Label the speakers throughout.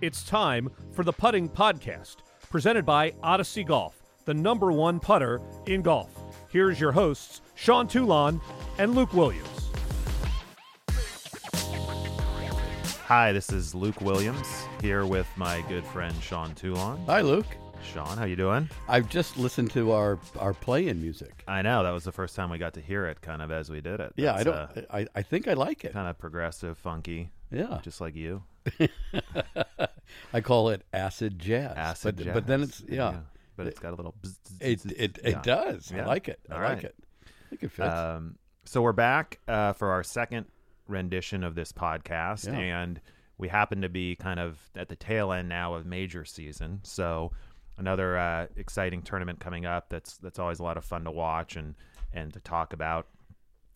Speaker 1: It's time for the Putting Podcast, presented by Odyssey Golf, the number one putter in golf. Here's your hosts, Sean Toulon and Luke Williams.
Speaker 2: Hi, this is Luke Williams here with my good friend Sean Toulon.
Speaker 3: Hi, Luke.
Speaker 2: Sean, how you doing?
Speaker 3: I've just listened to our our play-in music.
Speaker 2: I know that was the first time we got to hear it, kind of as we did it.
Speaker 3: Yeah, I
Speaker 2: That's,
Speaker 3: don't.
Speaker 2: uh,
Speaker 3: I, I think I like it.
Speaker 2: kind of progressive, funky,
Speaker 3: Yeah,
Speaker 2: just like you.
Speaker 3: I call it acid jazz.
Speaker 2: Acid,
Speaker 3: but,
Speaker 2: jazz.
Speaker 3: But then it's yeah,
Speaker 2: but it's got a little. bzz, bzz,
Speaker 3: it
Speaker 2: bzz,
Speaker 3: it,
Speaker 2: yeah.
Speaker 3: it does.
Speaker 2: Yeah.
Speaker 3: I like it.
Speaker 2: All
Speaker 3: I like
Speaker 2: right.
Speaker 3: it. I think it fits.
Speaker 2: Um, so we're back uh, for our second rendition of this podcast,
Speaker 3: Yeah.
Speaker 2: and we happen to be kind of at the tail end now of major season. So another uh, exciting tournament coming up. That's that's always a lot of fun to watch and and to talk about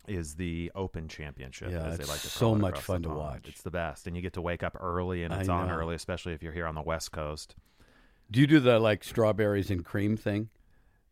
Speaker 2: is the Open Championship.
Speaker 3: Yeah,
Speaker 2: as they
Speaker 3: it's
Speaker 2: like to
Speaker 3: so
Speaker 2: call it
Speaker 3: much
Speaker 2: across
Speaker 3: fun
Speaker 2: the
Speaker 3: to
Speaker 2: pond.
Speaker 3: watch.
Speaker 2: It's the best, and you get to wake up early, and
Speaker 3: I
Speaker 2: it's on
Speaker 3: know.
Speaker 2: early, especially if you're here on the West Coast.
Speaker 3: do you do the like strawberries and cream thing?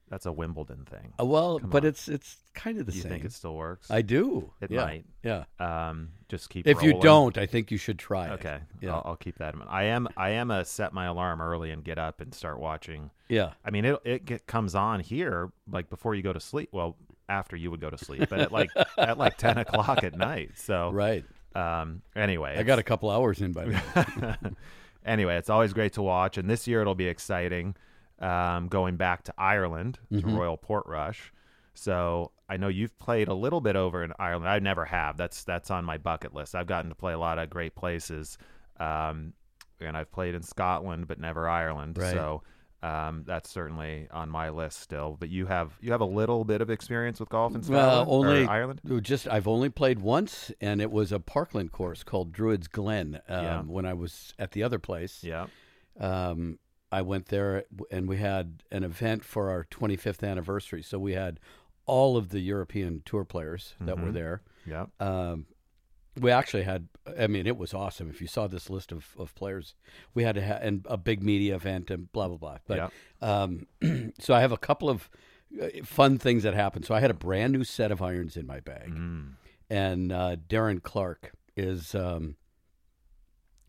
Speaker 2: That's a Wimbledon thing.
Speaker 3: Uh, well,
Speaker 2: Come
Speaker 3: but
Speaker 2: on.
Speaker 3: it's it's kind of the
Speaker 2: you
Speaker 3: same.
Speaker 2: think it still works?
Speaker 3: I do.
Speaker 2: It
Speaker 3: yeah.
Speaker 2: might.
Speaker 3: Yeah.
Speaker 2: Um, just keep.
Speaker 3: If you
Speaker 2: rolling.
Speaker 3: don't, I think you should try it.
Speaker 2: Okay,
Speaker 3: Yeah.
Speaker 2: I'll, I'll keep that in mind. I am I am a set my alarm early and get up and start watching.
Speaker 3: Yeah.
Speaker 2: I mean, it it get, comes on here like before you go to sleep. Well, after you would go to sleep, but at like at like ten o'clock at night. So
Speaker 3: Right.
Speaker 2: um, anyway,
Speaker 3: I got a couple hours in by then.
Speaker 2: it's- anyway, it's always great to watch, and this year it'll be exciting. Um, going back to Ireland
Speaker 3: Mm-hmm.
Speaker 2: to Royal Portrush. So I know you've played a little bit over in Ireland. I never have. That's that's on my bucket list. I've gotten to play a lot of great places, um, and I've played in Scotland, but never Ireland.
Speaker 3: Right.
Speaker 2: So um, that's certainly on my list still. But you have you have a little bit of experience with golf in
Speaker 3: Well,
Speaker 2: Scotland
Speaker 3: only
Speaker 2: or Ireland.
Speaker 3: Just I've only played once, and it was a Parkland course called Druids Glen. Um,
Speaker 2: Yeah.
Speaker 3: When I was at the other place,
Speaker 2: Yeah,
Speaker 3: um, I went there, and we had an event for our 25th anniversary. So we had all of the European tour players that were
Speaker 2: Mhm.
Speaker 3: there.
Speaker 2: yeah.
Speaker 3: Um, we actually had, I mean, it was awesome. If you saw this list of, of players, we had to ha- and a big media event and blah blah blah. But
Speaker 2: Yeah.
Speaker 3: um, so I have a couple of uh, fun things that happened. So I had a brand new set of irons in my bag,
Speaker 2: Mm.
Speaker 3: and uh, Darren Clark is um,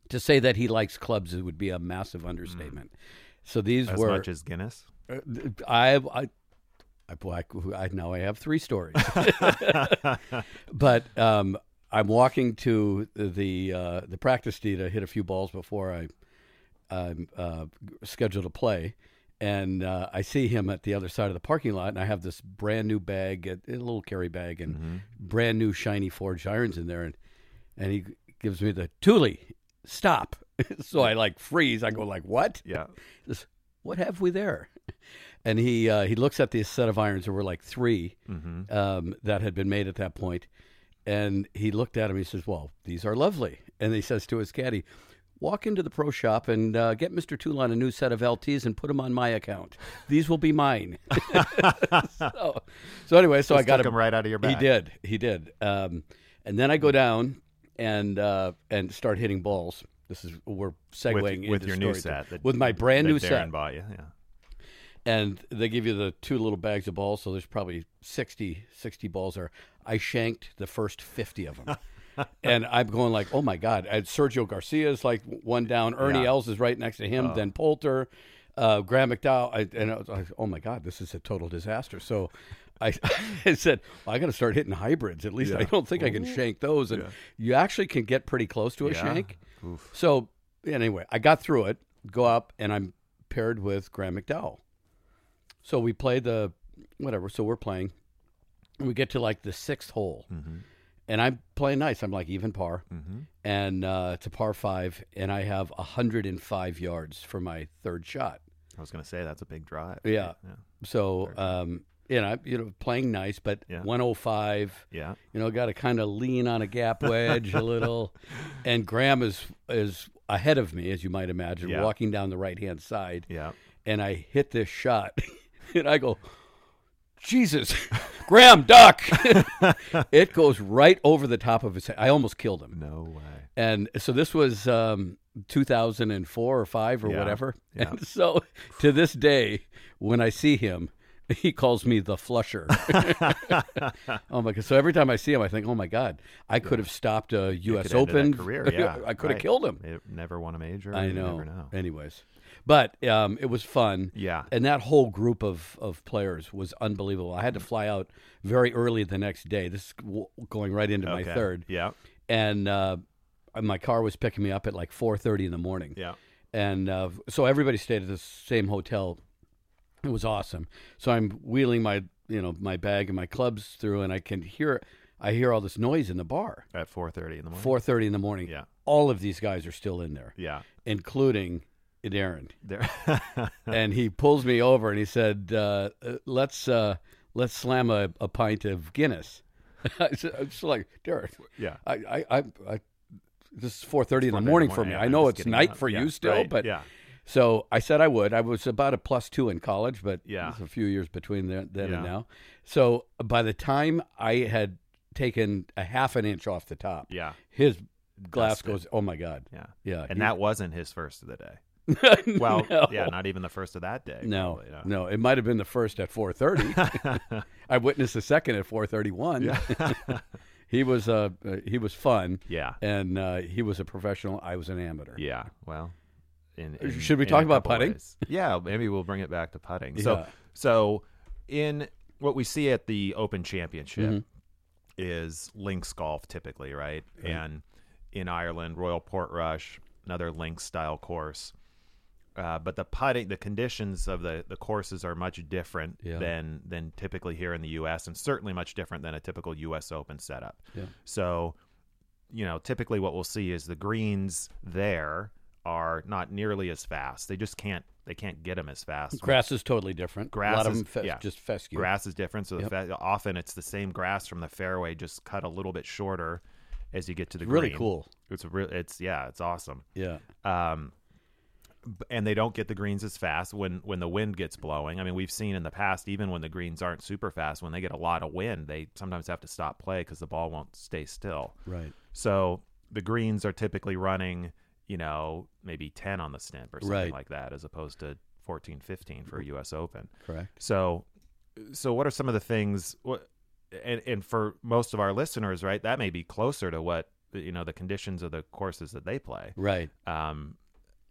Speaker 3: to say that he likes clubs it would be a massive understatement. So these
Speaker 2: Hmm. As
Speaker 3: were
Speaker 2: much as Guinness.
Speaker 3: I I. I, boy, I, I now I have three stories, but um, I'm walking to the uh, the practice tee to hit a few balls before I I'm uh, scheduled to play, and uh, I see him at the other side of the parking lot, and I have this brand new bag, a, a little carry bag, and brand new shiny forged irons in there, and and he gives me the Thule, stop. so I like freeze. I go like, what?
Speaker 2: Yeah.
Speaker 3: Just, what have we there? And he uh, he looks at this set of irons. There were like three
Speaker 2: Mm-hmm.
Speaker 3: um, that had been made at that point, and he looked at him. He says, "Well, these are lovely." And he says to his caddy, "Walk into the pro shop and uh, get Mister Toulon a new set of LTS and put them on my account. These will be mine." so, so anyway, so I got
Speaker 2: took
Speaker 3: him
Speaker 2: him right out of your
Speaker 3: He
Speaker 2: bag.
Speaker 3: did. He did. Um, and then I go down and uh, and start hitting balls. This is we're segueing
Speaker 2: with,
Speaker 3: into
Speaker 2: with your new
Speaker 3: story time.
Speaker 2: set. that-
Speaker 3: with my brand
Speaker 2: that
Speaker 3: new
Speaker 2: Darren
Speaker 3: set
Speaker 2: bought you. Yeah.
Speaker 3: and they give you the two little bags of balls so there's probably 60 60 balls there i shanked the first 50 of them and i'm going like oh my god and sergio garcia's like one down ernie
Speaker 2: Yeah. Oh.
Speaker 3: els is right next to him then poulter uh, graham mcdowell I, and i was like oh my god this is a total disaster so I, I said well, I got to start hitting hybrids. At least I
Speaker 2: Yeah.
Speaker 3: don't think I can shank those, and
Speaker 2: Yeah.
Speaker 3: you actually can get pretty close to a
Speaker 2: Yeah.
Speaker 3: shank.
Speaker 2: Oof.
Speaker 3: So anyway, I got through it, go up, and I'm paired with Graham McDowell. So we play the whatever. So we're playing. And we get to like the sixth hole,
Speaker 2: Mhm.
Speaker 3: and I'm playing nice. I'm like even par,
Speaker 2: Mm-hmm.
Speaker 3: and uh, it's a par five, and I have 105 yards for my third shot.
Speaker 2: I was going to say that's a big drive.
Speaker 3: Yeah.
Speaker 2: Yeah.
Speaker 3: So, um, you know, you know, playing nice, but
Speaker 2: Yeah.
Speaker 3: 105.
Speaker 2: Yeah.
Speaker 3: You know, got to kind of lean on a gap wedge a little. And Graham is is ahead of me, as you might imagine,
Speaker 2: Yeah.
Speaker 3: walking down the right hand side.
Speaker 2: Yeah.
Speaker 3: And I hit this shot, and I go, Jesus, Graham, duck! it goes right over the top of his head. I almost killed him.
Speaker 2: No way.
Speaker 3: And so this was um, 2004 or five or
Speaker 2: Yeah.
Speaker 3: whatever.
Speaker 2: Yeah.
Speaker 3: And so to this day, when I see him, he calls me the flusher. oh my god! So every time I see him, I think, oh my god, I could have stopped a U.S.
Speaker 2: Could end that
Speaker 3: Open
Speaker 2: career. Yeah,
Speaker 3: I could have
Speaker 2: right.
Speaker 3: killed him.
Speaker 2: It never won a major.
Speaker 3: I
Speaker 2: you
Speaker 3: know.
Speaker 2: Never know.
Speaker 3: Anyways, but um, it was fun.
Speaker 2: Yeah.
Speaker 3: And that whole group of, of players was unbelievable. I had to fly out very early the next day. This is w- going right into my
Speaker 2: Okay.
Speaker 3: third,
Speaker 2: Yeah.
Speaker 3: and uh, my car was picking me up at like four thirty in the morning
Speaker 2: Yeah.
Speaker 3: and uh, so everybody stayed at the same hotel. It was awesome. So I'm wheeling my you know my bag and my clubs through, and I can hear I hear all this noise in the bar.
Speaker 2: At 4:30 in the morning.
Speaker 3: Four thirty in the morning.
Speaker 2: Yeah.
Speaker 3: All of these guys are still in there,
Speaker 2: Yeah.
Speaker 3: including Darren.
Speaker 2: There.
Speaker 3: and he pulls me over and he said, uh, uh, "Let's uh, let's slam a, a pint of Guinness." I said, I'm just like Darren.
Speaker 2: yeah.
Speaker 3: I I, I, I this is four thirty in the
Speaker 2: 4:30
Speaker 3: morning for me.
Speaker 2: Yeah,
Speaker 3: I
Speaker 2: I'm
Speaker 3: know
Speaker 2: just
Speaker 3: it's
Speaker 2: getting
Speaker 3: night
Speaker 2: up.
Speaker 3: for
Speaker 2: Yeah,
Speaker 3: you still,
Speaker 2: right.
Speaker 3: but
Speaker 2: yeah.
Speaker 3: so I said I would. I was about a plus two in college, but
Speaker 2: Yeah.
Speaker 3: it's a few years between then, then
Speaker 2: Yeah.
Speaker 3: and now. So by the time I had taken a half an inch off the top,
Speaker 2: Yeah.
Speaker 3: his glass
Speaker 2: Dusted.
Speaker 3: goes, oh my God.
Speaker 2: Yeah.
Speaker 3: Yeah.
Speaker 2: And that wasn't his first of the day.
Speaker 3: that,
Speaker 2: Well,
Speaker 3: no,
Speaker 2: yeah, not even the first of that day.
Speaker 3: no,
Speaker 2: probably,
Speaker 3: no. It might have been the first at 4.30. I witnessed the second at 4.31. he was uh, uh, he was fun,
Speaker 2: Yeah.
Speaker 3: and uh, he was a professional. I was an amateur.
Speaker 2: Yeah. Well, in, in-
Speaker 3: Should we
Speaker 2: in
Speaker 3: talk
Speaker 2: a
Speaker 3: about
Speaker 2: couple
Speaker 3: putting?
Speaker 2: ways. Yeah, maybe we'll bring it back to putting. So,
Speaker 3: Yeah.
Speaker 2: so in what we see at the Open Championship
Speaker 3: Mm-hmm.
Speaker 2: is links golf typically, right? And in Ireland, Royal Portrush, another links style course. Uh, but the putting, the conditions of the, the courses are much different
Speaker 3: Yeah.
Speaker 2: than than typically here in the U.S. and certainly much different than a typical U.S. Open setup.
Speaker 3: Yeah.
Speaker 2: So you know, typically what we'll see is the greens there are not nearly as fast. They just can't they can't get them as fast.
Speaker 3: Grass is totally different. a
Speaker 2: Grass
Speaker 3: lot of
Speaker 2: is-
Speaker 3: them fe-
Speaker 2: yeah.
Speaker 3: just fescue.
Speaker 2: Grass is different, so the fa- often it's the same grass from the fairway, just cut a little bit shorter as you get to the
Speaker 3: really
Speaker 2: green.
Speaker 3: cool.
Speaker 2: It's real. It's yeah, it's awesome.
Speaker 3: Yeah.
Speaker 2: Um, b- and they don't get the greens as fast when when the wind gets blowing. I mean, we've seen in the past, even when the greens aren't super fast, when they get a lot of wind, they sometimes have to stop play because the ball won't stay still.
Speaker 3: Right.
Speaker 2: So the greens are typically running, you know, maybe 10 on the stimp or something
Speaker 3: Right.
Speaker 2: like that, as opposed to 14, 15 for a U.S. Open.
Speaker 3: Correct.
Speaker 2: So, so what are some of the things? What and and for most of our listeners, right, that may be closer to what you know the conditions of the courses that they play.
Speaker 3: Right.
Speaker 2: Um,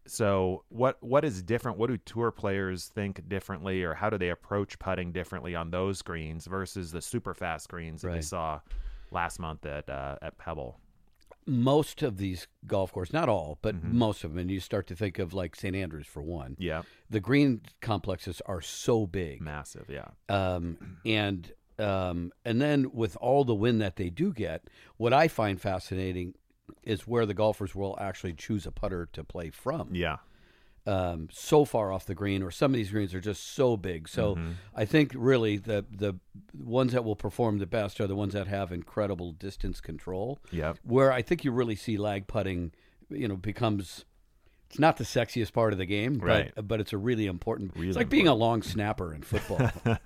Speaker 2: so what what is different? What do tour players think differently, or how do they approach putting differently on those greens versus the super fast greens that we
Speaker 3: Right.
Speaker 2: saw last month at uh, at Pebble?
Speaker 3: Most of these golf courses, not all, but most of them, and you start to think of like St. Andrews for one.
Speaker 2: Mm-hmm. Yeah,
Speaker 3: The green complexes are so big,
Speaker 2: massive. Yeah,
Speaker 3: um, and um, and then with all the wind that they do get, what I find fascinating is where the golfers will actually choose a putter to play from.
Speaker 2: yeah,
Speaker 3: um, so far off the green, or some of these greens are just so big. So
Speaker 2: Mm-hmm.
Speaker 3: I think really the the ones that will perform the best are the ones that have incredible distance control.
Speaker 2: Yep.
Speaker 3: Where I think you really see lag putting, you know, becomes it's not the sexiest part of the game,
Speaker 2: Right.
Speaker 3: but but it's a really important.
Speaker 2: Really
Speaker 3: it's like being a long snapper in football.
Speaker 2: you
Speaker 3: But-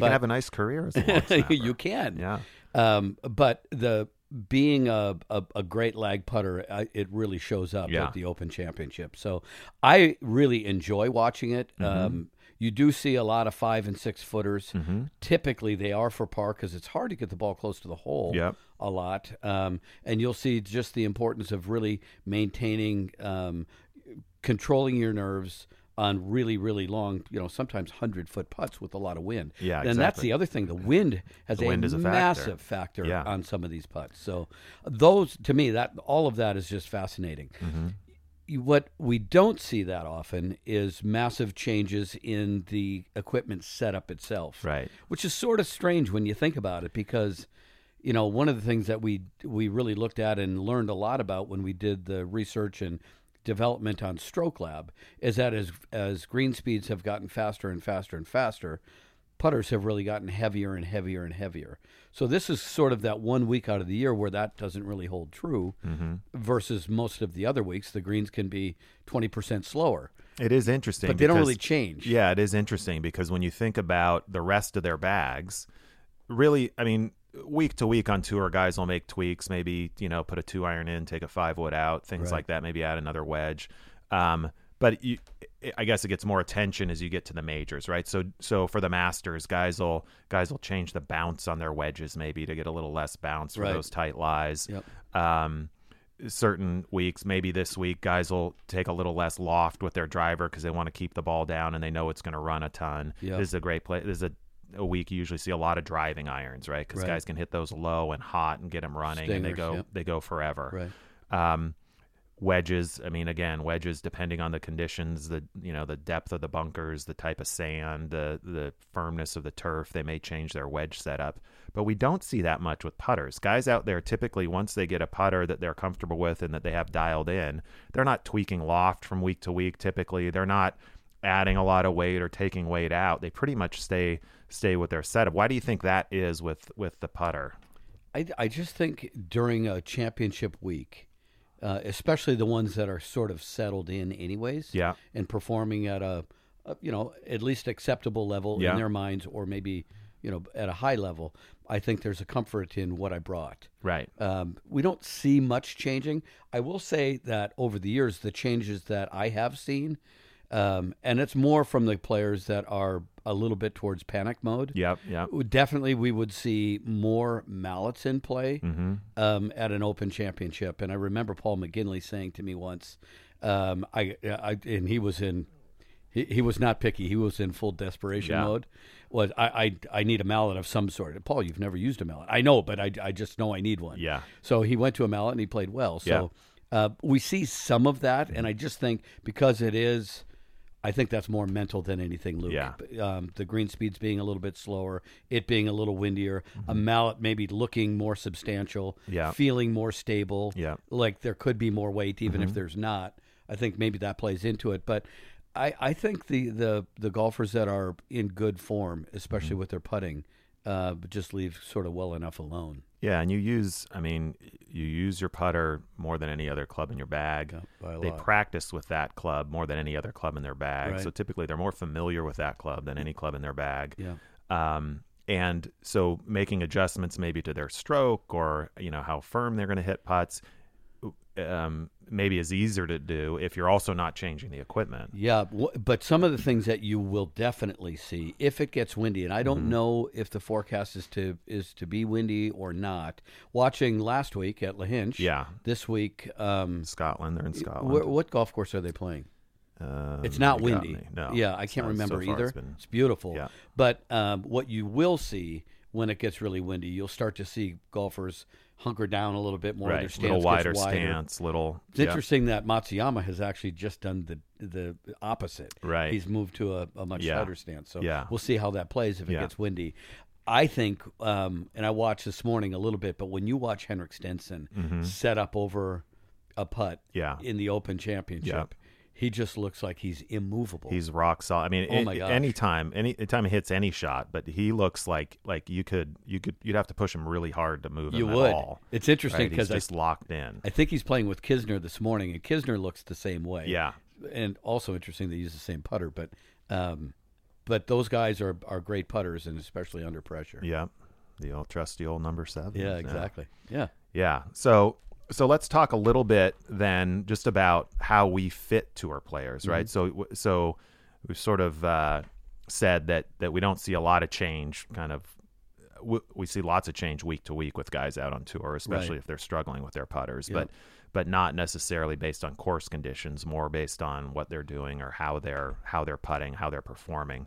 Speaker 2: can have a nice career as a long snapper.
Speaker 3: you can,
Speaker 2: Yeah,
Speaker 3: Um, but the being a, a, a great lag putter, I, it really shows up
Speaker 2: Yeah.
Speaker 3: at the Open Championship. So I really enjoy watching it.
Speaker 2: Mm-hmm.
Speaker 3: Um, you do see a lot of five and six footers.
Speaker 2: Mm-hmm.
Speaker 3: Typically, they are for par because it's hard to get the ball close to the hole
Speaker 2: Yep.
Speaker 3: a lot. Um, and you'll see just the importance of really maintaining, um, controlling your nerves on really, really long, you know, sometimes 100 foot putts with a lot of wind.
Speaker 2: Yeah,
Speaker 3: And that's
Speaker 2: exactly.
Speaker 3: the other thing. The wind has
Speaker 2: The
Speaker 3: a
Speaker 2: wind is a factor.
Speaker 3: massive factor
Speaker 2: Yeah.
Speaker 3: on some of these putts. So those to me that all of that is just fascinating.
Speaker 2: Mm-hmm.
Speaker 3: You- What we don't see that often is massive changes in the equipment setup itself.
Speaker 2: Right.
Speaker 3: Which is sort of strange when you think about it because you know, one of the things that we we really looked at and learned a lot about when we did the research and development on Stroke Lab is that as as green speeds have gotten faster and faster and faster, putters have really gotten heavier and heavier and heavier. So this is sort of that one week out of the year where that doesn't really hold true
Speaker 2: Mm-hmm.
Speaker 3: versus most of the other weeks the greens can be 20% slower.
Speaker 2: it is interesting.
Speaker 3: But they don't
Speaker 2: because-
Speaker 3: really change.
Speaker 2: Yeah, it is interesting because when you think about the rest of their bags, really, I mean, week to week on tour, guys will make tweaks. Maybe you know, put a two iron in, take a five wood out, things like that. Maybe add another wedge. Um, but you, I guess it gets more attention as you get to the majors, right? So so for the Masters, guys will guys will change the bounce on their wedges maybe to get a little less bounce for
Speaker 3: Right.
Speaker 2: those tight lies.
Speaker 3: Yep.
Speaker 2: Um, certain weeks, maybe this week, guys will take a little less loft with their driver because they want to keep the ball down and they know it's going to run a ton.
Speaker 3: Yep.
Speaker 2: This is a great play. This is a a week you usually see a lot of driving irons, right? Because
Speaker 3: Right.
Speaker 2: guys can hit those low and hot and get them running, and they
Speaker 3: Stingers,
Speaker 2: go
Speaker 3: yep.
Speaker 2: they go forever
Speaker 3: Right.
Speaker 2: um, wedges i mean again wedges depending on the conditions the you know the depth of the bunkers the type of sand the the firmness of the turf they may change their wedge setup but we don't see that much with putters guys out there typically once they get a putter that they're comfortable with and that they have dialed in they're not tweaking loft from week to week typically they're not adding a lot of weight or taking weight out they pretty much stay stay with their setup why do you think that is with with the putter
Speaker 3: I, I just think during a championship week, uh, especially the ones that are sort of settled in, anyways,
Speaker 2: Yeah.
Speaker 3: and performing at a, a you know at least acceptable level
Speaker 2: Yeah.
Speaker 3: in their minds, or maybe you know at a high level. I think there's a comfort in what I brought.
Speaker 2: right
Speaker 3: Um, we don't see much changing. I will say that over the years, the changes that I have seen, um, and it's more from the players that are a little bit towards panic mode.
Speaker 2: yep yep
Speaker 3: Definitely, we would see more mallets in play
Speaker 2: Mm-hmm.
Speaker 3: um, at an Open Championship. And I remember Paul McGinley saying to me once, um, I, I, and he was in, he, he was not picky. He was in full desperation
Speaker 2: Yeah.
Speaker 3: mode. Was I, I, I need a mallet of some sort. Paul, you've never used a mallet. I know, but I, I just know I need one.
Speaker 2: Yeah.
Speaker 3: So he went to a mallet and he played well. So
Speaker 2: Yeah. Mm-hmm.
Speaker 3: uh, we see some of that, and I just think because it is, I think that's more mental than anything, Luke.
Speaker 2: Yeah.
Speaker 3: Um, the green speeds being a little bit slower, it being a little windier, a mallet maybe looking more substantial,
Speaker 2: Mm-hmm. Yeah.
Speaker 3: feeling more stable.
Speaker 2: Yeah. Mm-hmm.
Speaker 3: Like there could be more weight, even if there's not. I think maybe that plays into it, but. I, I think the, the, the golfers that are in good form, especially
Speaker 2: Mm-hmm.
Speaker 3: with their putting, uh, just leave sort of well enough alone.
Speaker 2: Yeah, and you use, I mean, you use your putter more than any other club in your bag.
Speaker 3: by a
Speaker 2: they
Speaker 3: lot.
Speaker 2: practice with that club more than any other club in their bag.
Speaker 3: Right.
Speaker 2: So typically they're more familiar with that club than any club in their bag.
Speaker 3: Yeah.
Speaker 2: Um, and so making adjustments maybe to their stroke or, you know, how firm they're going to hit putts um, maybe is easier to do if you're also not changing the equipment.
Speaker 3: Yeah, w- but some of the things that you will definitely see if it gets windy, and I don't
Speaker 2: Mm-hmm.
Speaker 3: know if the forecast is to is to be windy or not. Watching last week at La Hinche,
Speaker 2: Yeah.
Speaker 3: This week, um,
Speaker 2: Scotland, they're in Scotland.
Speaker 3: wh- what golf course are they playing?
Speaker 2: Um,
Speaker 3: It's not
Speaker 2: you got
Speaker 3: windy.
Speaker 2: me. No.
Speaker 3: Yeah, I
Speaker 2: it's
Speaker 3: can't
Speaker 2: not. So
Speaker 3: remember
Speaker 2: far
Speaker 3: either.
Speaker 2: it's
Speaker 3: It's,
Speaker 2: been-
Speaker 3: beautiful.
Speaker 2: Yeah.
Speaker 3: But um, what you will see when it gets really windy, you'll start to see golfers hunker down a little bit more. Their
Speaker 2: right.
Speaker 3: stance
Speaker 2: Little
Speaker 3: gets
Speaker 2: wider,
Speaker 3: wider.
Speaker 2: stance, little.
Speaker 3: It's
Speaker 2: yeah.
Speaker 3: interesting that Matsuyama has actually just done the the opposite.
Speaker 2: Right.
Speaker 3: He's moved to a, a much
Speaker 2: Yeah.
Speaker 3: tighter stance. So
Speaker 2: Yeah.
Speaker 3: we'll see how that plays if it
Speaker 2: Yeah.
Speaker 3: gets windy. I think, um, and I watched this morning a little bit, but when you watch Henrik Stenson set up over a putt
Speaker 2: Mm-hmm. Yeah.
Speaker 3: in the Open Championship, he just looks like he's immovable.
Speaker 2: He's rock solid. I mean,
Speaker 3: Oh my
Speaker 2: a-
Speaker 3: gosh.
Speaker 2: anytime, any time he hits any shot, but he looks like like you could you could you'd have to push him really hard to move
Speaker 3: you
Speaker 2: him
Speaker 3: would.
Speaker 2: at all.
Speaker 3: It's interesting
Speaker 2: Right? He's
Speaker 3: because
Speaker 2: just locked in.
Speaker 3: I, I think he's playing with Kisner this morning, and Kisner looks the same way.
Speaker 2: yeah,
Speaker 3: and also interesting they use the same putter, but um, but those guys are, are great putters and especially under pressure.
Speaker 2: yeah. The old trusty old number seven.
Speaker 3: Yeah, exactly. Yeah.
Speaker 2: Yeah. So so let's talk a little bit then just about how we fit tour players, right? So so we've sort of uh, said that that we don't see a lot of change. Kind of we, we see lots of change week to week with guys out on tour, especially
Speaker 3: Right.
Speaker 2: if they're struggling with their putters, but but not necessarily based on course conditions, more based on what they're doing or how they're how they're putting, how they're performing.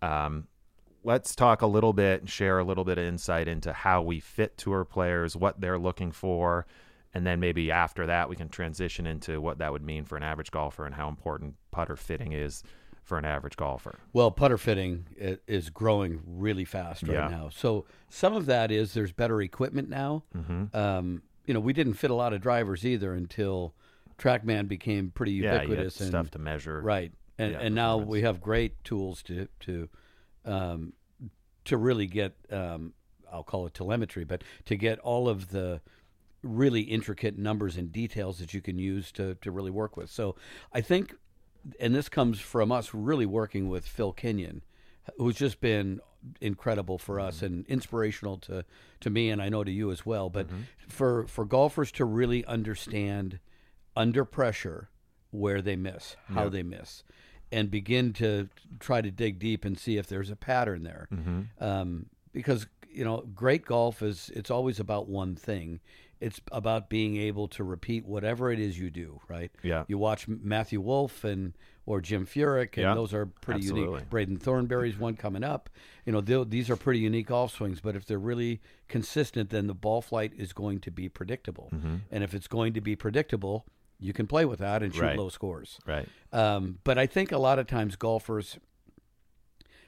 Speaker 2: Um, let's talk a little bit and share a little bit of insight into how we fit tour players, what they're looking for, and then maybe after that we can transition into what that would mean for an average golfer and how important putter fitting is for an average golfer.
Speaker 3: Well, putter fitting i- is growing really fast right
Speaker 2: Yeah.
Speaker 3: now. So some of that is there's better equipment now.
Speaker 2: Mm-hmm.
Speaker 3: Um, you know, we didn't fit a lot of drivers either until TrackMan became pretty
Speaker 2: Yeah, you have
Speaker 3: ubiquitous and
Speaker 2: stuff to measure.
Speaker 3: right. And
Speaker 2: Yeah,
Speaker 3: and now we have great tools to to um, to really get um, I'll call it telemetry, but to get all of the really intricate numbers and details that you can use to to really work with. So I think, and this comes from us really working with Phil Kenyon, who's just been incredible for us and inspirational to to me and I know to you as well. But for for golfers to really understand under pressure where they miss, how they miss, and begin to try to dig deep and see if there's a pattern there. Um, because you know, great golf is it's always about one thing. It's about being able to repeat whatever it is you do, right?
Speaker 2: Yeah.
Speaker 3: You watch M- Matthew Wolf and or Jim Furyk, and
Speaker 2: Yeah.
Speaker 3: those are pretty
Speaker 2: Absolutely.
Speaker 3: unique. Braden Thornberry's one coming up. You know, they'll- these are pretty unique golf swings, but if they're really consistent, then the ball flight is going to be predictable.
Speaker 2: Mm-hmm.
Speaker 3: And if it's going to be predictable, you can play with that and shoot
Speaker 2: Right.
Speaker 3: low scores.
Speaker 2: Right.
Speaker 3: Um, but I think a lot of times golfers,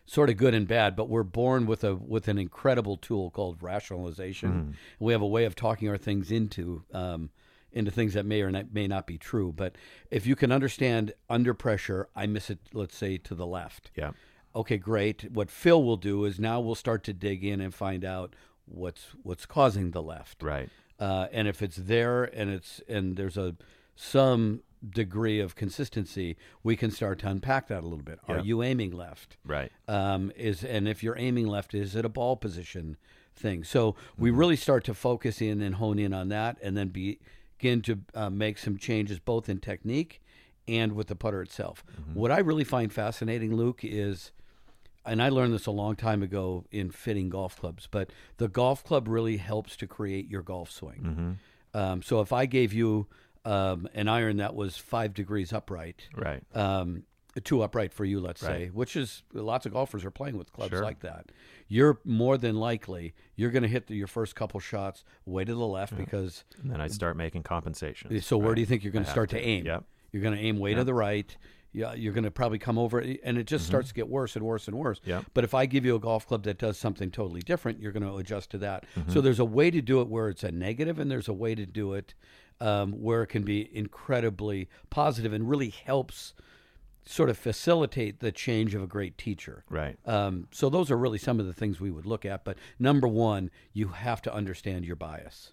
Speaker 3: sort of good and bad, but we're born with a with an incredible tool called rationalization. We have a way of talking our things into um, into things that may or not, may not be true. But if you can understand under pressure, I miss it. Let's say to the left.
Speaker 2: Yeah.
Speaker 3: Okay, great. What Phil will do is now we'll start to dig in and find out what's what's causing the left
Speaker 2: Right.
Speaker 3: uh, and if it's there and it's and there's a some degree of consistency, we can start to unpack that a little bit. Are
Speaker 2: Yeah.
Speaker 3: you aiming left?
Speaker 2: Right.
Speaker 3: Um, is and if you're aiming left, is it a ball position thing? So we really start to focus in and hone in on that, and then be, begin to uh, make some changes both in technique and with the putter itself. What I really find fascinating, Luke, is and I learned this a long time ago in fitting golf clubs, but the golf club really helps to create your golf swing. Um, so if I gave you um, an iron that was five degrees upright,
Speaker 2: Right.
Speaker 3: um, two upright for you, let's say, which is lots of golfers are playing with clubs like that. You're more than likely you're going to hit the, your first couple shots way to the left because
Speaker 2: And then I start making compensation.
Speaker 3: so where do you think you're going to start to aim?
Speaker 2: Yep. Mm-hmm.
Speaker 3: You're going to aim way to the right. Yeah, you're going to probably come over, and it just starts to get worse and worse and worse.
Speaker 2: Yep.
Speaker 3: But if I give you a golf club that does something totally different, you're going to adjust to that.
Speaker 2: Mm-hmm.
Speaker 3: So there's a way to do it where it's a negative, and there's a way to do it um, where it can be incredibly positive and really helps sort of facilitate the change of a great teacher.
Speaker 2: Right.
Speaker 3: Um, so those are really some of the things we would look at. But number one, you have to understand your bias.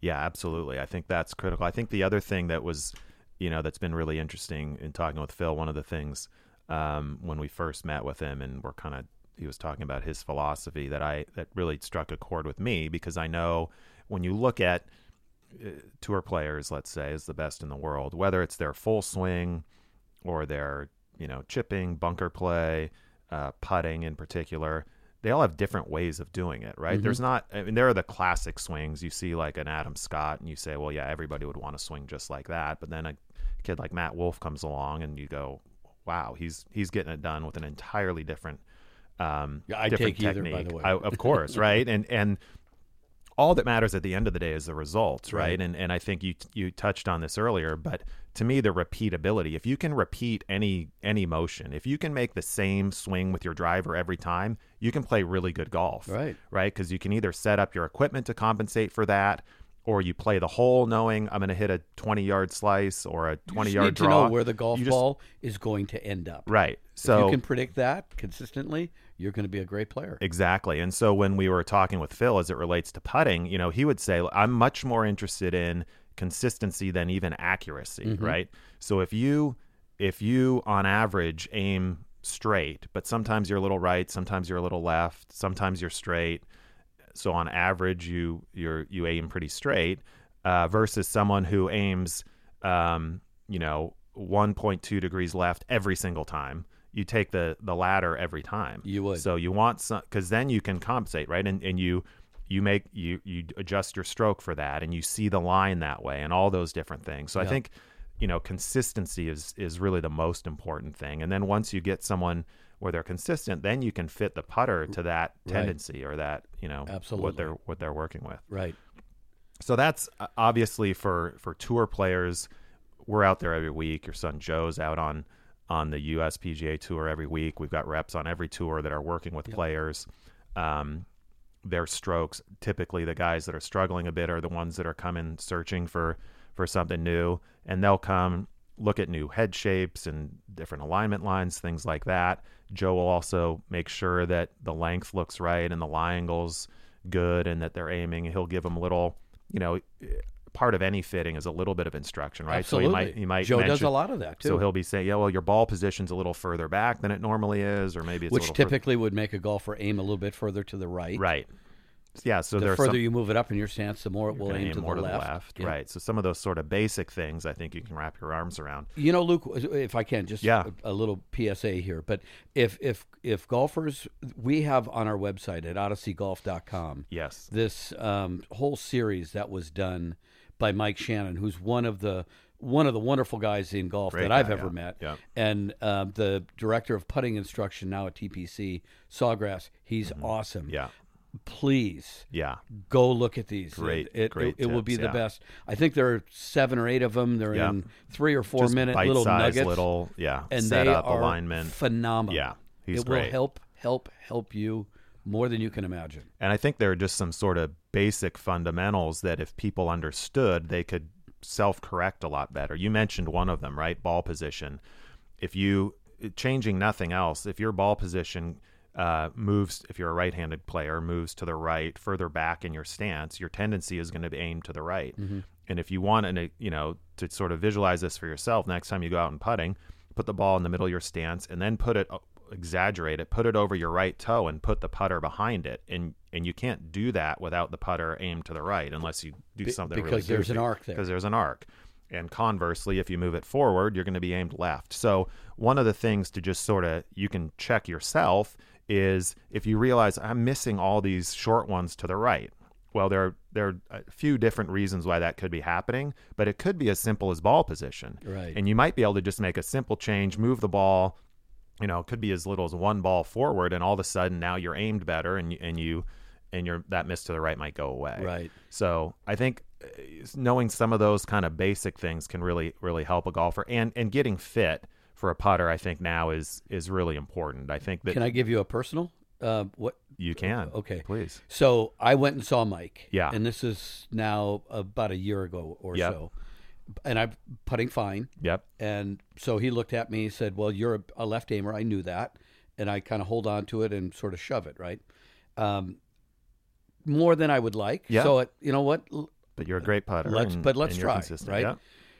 Speaker 2: Yeah, absolutely. I think that's critical. I think the other thing that was, you know, that's been really interesting in talking with Phil, one of the things um, when we first met with him and we're kind of, he was talking about his philosophy that I, that really struck a chord with me because I know when you look at uh, tour players, let's say, is the best in the world, whether it's their full swing or their, you know, chipping, bunker play, uh, putting in particular, they all have different ways of doing it,
Speaker 3: Mm-hmm.
Speaker 2: right? There's not, I mean, there are the classic swings. You see like an Adam Scott and you say, well, yeah, everybody would want to swing just like that. But then a kid like Matt Wolf comes along and you go, wow, he's, he's getting it done with an entirely different, um,
Speaker 3: Yeah, I'd
Speaker 2: different
Speaker 3: take either, by
Speaker 2: technique.
Speaker 3: the way.
Speaker 2: I, of course. right. And, and, all that matters at the end of the day is the results, right? And and I think you you touched on this earlier, but to me the repeatability. If you can repeat any any motion, if you can make the same swing with your driver every time, you can play really good golf.
Speaker 3: Right.
Speaker 2: Right? Cuz you can either set up your equipment to compensate for that or you play the hole knowing I'm going to hit a 20-yard slice or a 20-yard
Speaker 3: need
Speaker 2: draw.
Speaker 3: to know where the golf
Speaker 2: You just-
Speaker 3: ball is going to end up.
Speaker 2: Right.
Speaker 3: if
Speaker 2: So
Speaker 3: you can predict that consistently, you're going to be a great player.
Speaker 2: Exactly. And so when we were talking with Phil as it relates to putting, you know, he would say, I'm much more interested in consistency than even accuracy, right? So if you if you on average aim straight, but sometimes you're a little right, sometimes you're a little left, sometimes you're straight, so on average you you're you aim pretty straight uh, versus someone who aims um, you know 1.2 degrees left every single time you take the the latter every time
Speaker 3: You would.
Speaker 2: so you want some because then you can compensate right and and you you make you you adjust your stroke for that and you see the line that way and all those different things so i think you know consistency is is really the most important thing and then once you get someone where they're consistent then you can fit the putter to that tendency or that you know
Speaker 3: Absolutely.
Speaker 2: what they're what they're working with.
Speaker 3: Right.
Speaker 2: So that's uh, obviously for for tour players. We're out there every week. Your son Joe's out on on the US PGA tour every week. We've got reps on every tour that are working with players. Um, their strokes typically the guys that are struggling a bit are the ones that are coming searching for for something new and they'll come look at new head shapes and different alignment lines things like that joe will also make sure that the length looks right and the lie angles good and that they're aiming he'll give them a little you know part of any fitting is a little bit of instruction right
Speaker 3: Absolutely.
Speaker 2: so he might he might
Speaker 3: Joe does
Speaker 2: mention-
Speaker 3: a lot of that too,
Speaker 2: so he'll be saying yeah well your ball position's a little further back than it normally is or maybe it's a
Speaker 3: which
Speaker 2: little further-
Speaker 3: typically would make a golfer aim a little bit further to the right.
Speaker 2: right yeah, so
Speaker 3: the
Speaker 2: there are
Speaker 3: further
Speaker 2: some,
Speaker 3: you move it up in your stance, the more it will
Speaker 2: gonna
Speaker 3: aim, to,
Speaker 2: more
Speaker 3: the left. Yeah.
Speaker 2: right? So some of those sort of basic things I think you can wrap your arms around.
Speaker 3: You know, Luke, if I can, just
Speaker 2: Yeah.
Speaker 3: a, a little PSA here. But if if if golfers, we have on our website at odysseygolf.com
Speaker 2: Yes,
Speaker 3: this um, whole series that was done by Mike Shannon, who's one of the one of the wonderful guys in golf
Speaker 2: Great
Speaker 3: that I've
Speaker 2: guy,
Speaker 3: ever
Speaker 2: yeah.
Speaker 3: met,
Speaker 2: Yeah.
Speaker 3: and um, the director of putting instruction now at TPC Sawgrass. He's awesome.
Speaker 2: Mm-hmm. yeah,
Speaker 3: Please
Speaker 2: yeah,
Speaker 3: go look at these.
Speaker 2: Great,
Speaker 3: it, it,
Speaker 2: great
Speaker 3: it, will be
Speaker 2: tips,
Speaker 3: the
Speaker 2: yeah.
Speaker 3: best. I think there are seven or eight of them. They're
Speaker 2: Yeah.
Speaker 3: in three or four
Speaker 2: Just
Speaker 3: minute
Speaker 2: bite
Speaker 3: little
Speaker 2: size,
Speaker 3: nuggets,
Speaker 2: little yeah,
Speaker 3: and they
Speaker 2: setup
Speaker 3: are
Speaker 2: alignment,
Speaker 3: phenomenal.
Speaker 2: Yeah, he's
Speaker 3: it will
Speaker 2: great.
Speaker 3: help, help, help you more than you can imagine.
Speaker 2: and I think there are just some sort of basic fundamentals that if people understood, they could self-correct a lot better. You mentioned one of them, right? Ball position. If you changing nothing else, if your ball position uh, moves, if you're a right-handed player, moves to the right, further back in your stance, your tendency is going to be aimed to the right. And if you want, an, you know, to sort of visualize this for yourself, next time you go out and putting, put the ball in the middle of your stance, and then put it uh, exaggerate it, put it over your right toe, and put the putter behind it. And and you can't do that without the putter aimed to the right, unless you do something really
Speaker 3: because there's an
Speaker 2: goofy
Speaker 3: arc there.
Speaker 2: because there's an arc. And conversely, if you move it forward, you're going to be aimed left. So, one of the things to just sort of you can check yourself is if you realize I'm missing all these short ones to the right. Well, there are, there are a few different reasons why that could be happening, but it could be as simple as ball position.
Speaker 3: Right.
Speaker 2: And you might be able to just make a simple change, move the ball, you know, it could be as little as one ball forward and all of a sudden now you're aimed better and you, and you and your that miss to the right might go away.
Speaker 3: Right.
Speaker 2: So I think uh, knowing some of those kind of basic things can really really help a golfer, and and getting fit for a putter, I think now is is really important. I think that
Speaker 3: Can I give you a personal? Uh, what?
Speaker 2: you can.
Speaker 3: Okay.
Speaker 2: please.
Speaker 3: So I went and saw Mike.
Speaker 2: Yeah.
Speaker 3: And this is now about a year ago or
Speaker 2: Yep.
Speaker 3: so. And I'm putting fine.
Speaker 2: Yep.
Speaker 3: And so he looked at me and said, Well, you're a, a left aimer. I knew that. And I kind of hold on to it and sort of shove it, right? Um, more than I would like.
Speaker 2: Yeah.
Speaker 3: So, it, you know what? L-
Speaker 2: But you're a great putter.
Speaker 3: Let's-
Speaker 2: and-
Speaker 3: but let's
Speaker 2: and you're
Speaker 3: try,
Speaker 2: consistent.
Speaker 3: right?
Speaker 2: Yep.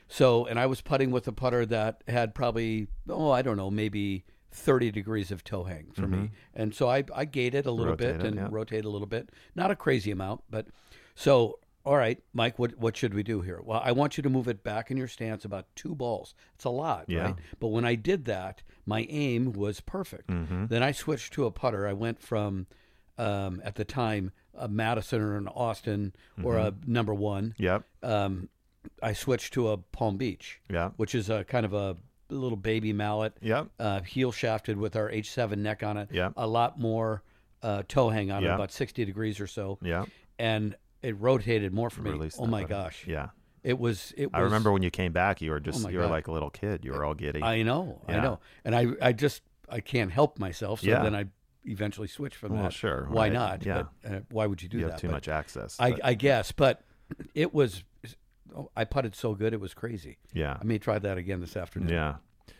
Speaker 3: So, and I was putting with a putter that had probably, oh, I don't know, maybe 30 degrees of toe hang for me. And so I, I gated a little
Speaker 2: Mm-hmm. Rotate
Speaker 3: bit
Speaker 2: it,
Speaker 3: and
Speaker 2: yeah.
Speaker 3: rotate a little bit. Not a crazy amount, but so, all right, Mike, what, what should we do here? Well, I want you to move it back in your stance about two balls. It's a lot,
Speaker 2: Yeah.
Speaker 3: right? But when I did that, my aim was perfect.
Speaker 2: Mm-hmm.
Speaker 3: Then I switched to a putter. I went from, um, at the time, a Madison or an Austin or a
Speaker 2: Mm-hmm.
Speaker 3: number one
Speaker 2: Yep.
Speaker 3: um, I switched to a Palm Beach,
Speaker 2: Yeah.
Speaker 3: which is a kind of a little baby mallet,
Speaker 2: Yep.
Speaker 3: uh, heel shafted with our H7 neck on it.
Speaker 2: Yeah.
Speaker 3: A lot more uh, toe hang on it,
Speaker 2: Yeah.
Speaker 3: about 60 degrees or so.
Speaker 2: Yeah.
Speaker 3: And it rotated more for me.
Speaker 2: Release
Speaker 3: oh
Speaker 2: that
Speaker 3: my
Speaker 2: button.
Speaker 3: gosh.
Speaker 2: Yeah.
Speaker 3: It was, it was.
Speaker 2: I remember when you came back, you were just
Speaker 3: my
Speaker 2: you were
Speaker 3: God.
Speaker 2: like a little kid. You were all giddy.
Speaker 3: I know. I
Speaker 2: Yeah.
Speaker 3: know. And I, I just, I can't help myself. So
Speaker 2: Yeah.
Speaker 3: then I eventually switched from
Speaker 2: Well,
Speaker 3: that.
Speaker 2: sure,
Speaker 3: Why
Speaker 2: right.
Speaker 3: not?
Speaker 2: Yeah.
Speaker 3: But, uh, why would you do
Speaker 2: you
Speaker 3: that?
Speaker 2: have too
Speaker 3: But
Speaker 2: much access.
Speaker 3: I,
Speaker 2: but-
Speaker 3: I guess, but it was, oh, I putted so good, it was crazy.
Speaker 2: yeah.
Speaker 3: I may try that again this afternoon.
Speaker 2: Yeah.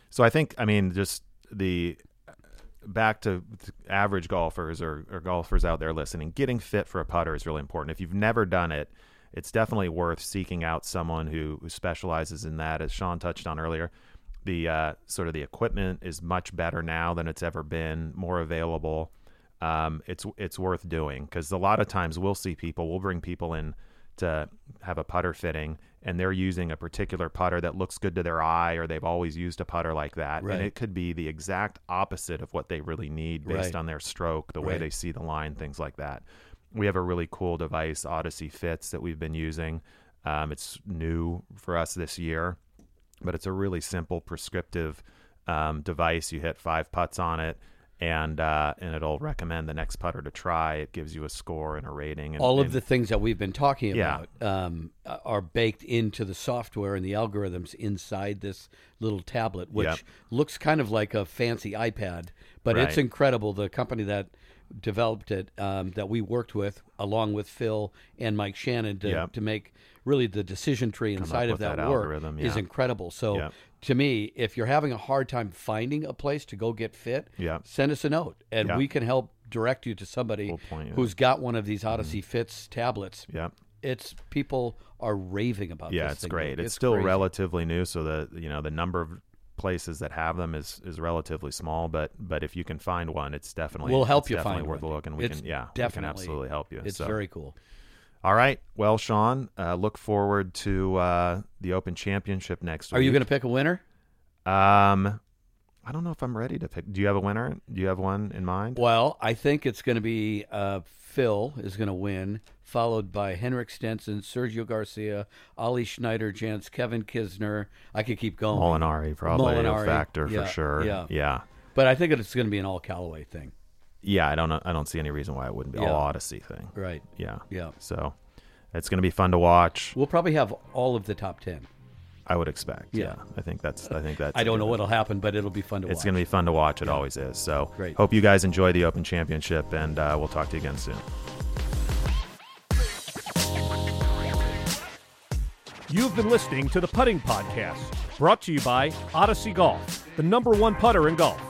Speaker 2: So I think I mean just the back to th- average golfers or, or golfers out there listening, getting fit for a putter is really important. If you've never done it, it's definitely worth seeking out someone who, who specializes in that. As Sean touched on earlier, the uh, sort of the equipment is much better now than it's ever been, more available. Um, it's it's worth doing because a lot of times we'll see people, we'll bring people in to have a putter fitting and they're using a particular putter that looks good to their eye or they've always used a putter like that
Speaker 3: Right.
Speaker 2: and it could be the exact opposite of what they really need based
Speaker 3: Right.
Speaker 2: on their stroke the way
Speaker 3: Right.
Speaker 2: they see the line things like that we have a really cool device odyssey fits that we've been using um, it's new for us this year but it's a really simple prescriptive um, device. You hit five putts on it, and uh, and it'll recommend the next putter to try. It gives you a score and a rating. And,
Speaker 3: all of
Speaker 2: and-
Speaker 3: the things that we've been talking
Speaker 2: Yeah.
Speaker 3: about um, are baked into the software and the algorithms inside this little tablet, which
Speaker 2: Yep.
Speaker 3: looks kind of like a fancy iPad, but it's
Speaker 2: Right.
Speaker 3: incredible. The company that developed it, um, that we worked with, along with Phil and Mike Shannon, to,
Speaker 2: Yep.
Speaker 3: to make really the decision tree inside of
Speaker 2: with
Speaker 3: that,
Speaker 2: that
Speaker 3: work
Speaker 2: algorithm,
Speaker 3: is
Speaker 2: yeah.
Speaker 3: incredible. So.
Speaker 2: Yep.
Speaker 3: To me, if you're having a hard time finding a place to go get fit,
Speaker 2: Yep.
Speaker 3: send us a note and
Speaker 2: Yep.
Speaker 3: we can help direct you to somebody
Speaker 2: We'll point you
Speaker 3: who's got one of these
Speaker 2: Mm.
Speaker 3: Odyssey Fits tablets.
Speaker 2: Yep.
Speaker 3: It's people are raving about.
Speaker 2: yeah,
Speaker 3: this
Speaker 2: it's
Speaker 3: thing.
Speaker 2: great. It's, still
Speaker 3: crazy.
Speaker 2: relatively new, so the you know the number of places that have them is is relatively small, but but if you can find one, it's definitely
Speaker 3: We'll help
Speaker 2: it's
Speaker 3: you
Speaker 2: definitely
Speaker 3: find
Speaker 2: worth
Speaker 3: one.
Speaker 2: a look, and we
Speaker 3: It's
Speaker 2: can yeah we
Speaker 3: definitely-
Speaker 2: can absolutely help you.
Speaker 3: It's
Speaker 2: so.
Speaker 3: very cool.
Speaker 2: all right. Well, Sean, uh, look forward to uh, the Open Championship next
Speaker 3: Are
Speaker 2: week.
Speaker 3: you going to pick a winner?
Speaker 2: to? Um, I don't know if I'm ready to pick. Do you have a winner? Do you have one in mind?
Speaker 3: Well, I think it's going to be uh, Phil is going to win, followed by Henrik Stenson, Sergio Garcia, Ali Schneider, Jans, Kevin Kisner. I could keep going,
Speaker 2: Molinari probably
Speaker 3: Molinari,
Speaker 2: a factor
Speaker 3: yeah,
Speaker 2: for sure.
Speaker 3: yeah.
Speaker 2: yeah.
Speaker 3: but I think it's going to be an all Callaway thing,
Speaker 2: Yeah, I don't know. I don't see any reason why it wouldn't be
Speaker 3: Yeah.
Speaker 2: all Odyssey thing.
Speaker 3: right?
Speaker 2: Yeah.
Speaker 3: Yeah,
Speaker 2: So it's going to be fun to watch.
Speaker 3: we'll probably have all of the top ten.
Speaker 2: I would expect.
Speaker 3: Yeah.
Speaker 2: Yeah. I think that's I think that's
Speaker 3: I don't know what'll happen, but it'll be fun to
Speaker 2: It's
Speaker 3: watch.
Speaker 2: going to be fun to watch. It always is. So
Speaker 3: Great.
Speaker 2: hope you guys enjoy the Open Championship and uh, we'll talk to you again soon.
Speaker 1: You've been listening to the Putting Podcast, brought to you by Odyssey Golf, the number one putter in golf.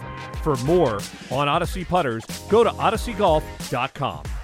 Speaker 1: For more on Odyssey putters, go to odysseygolf.com.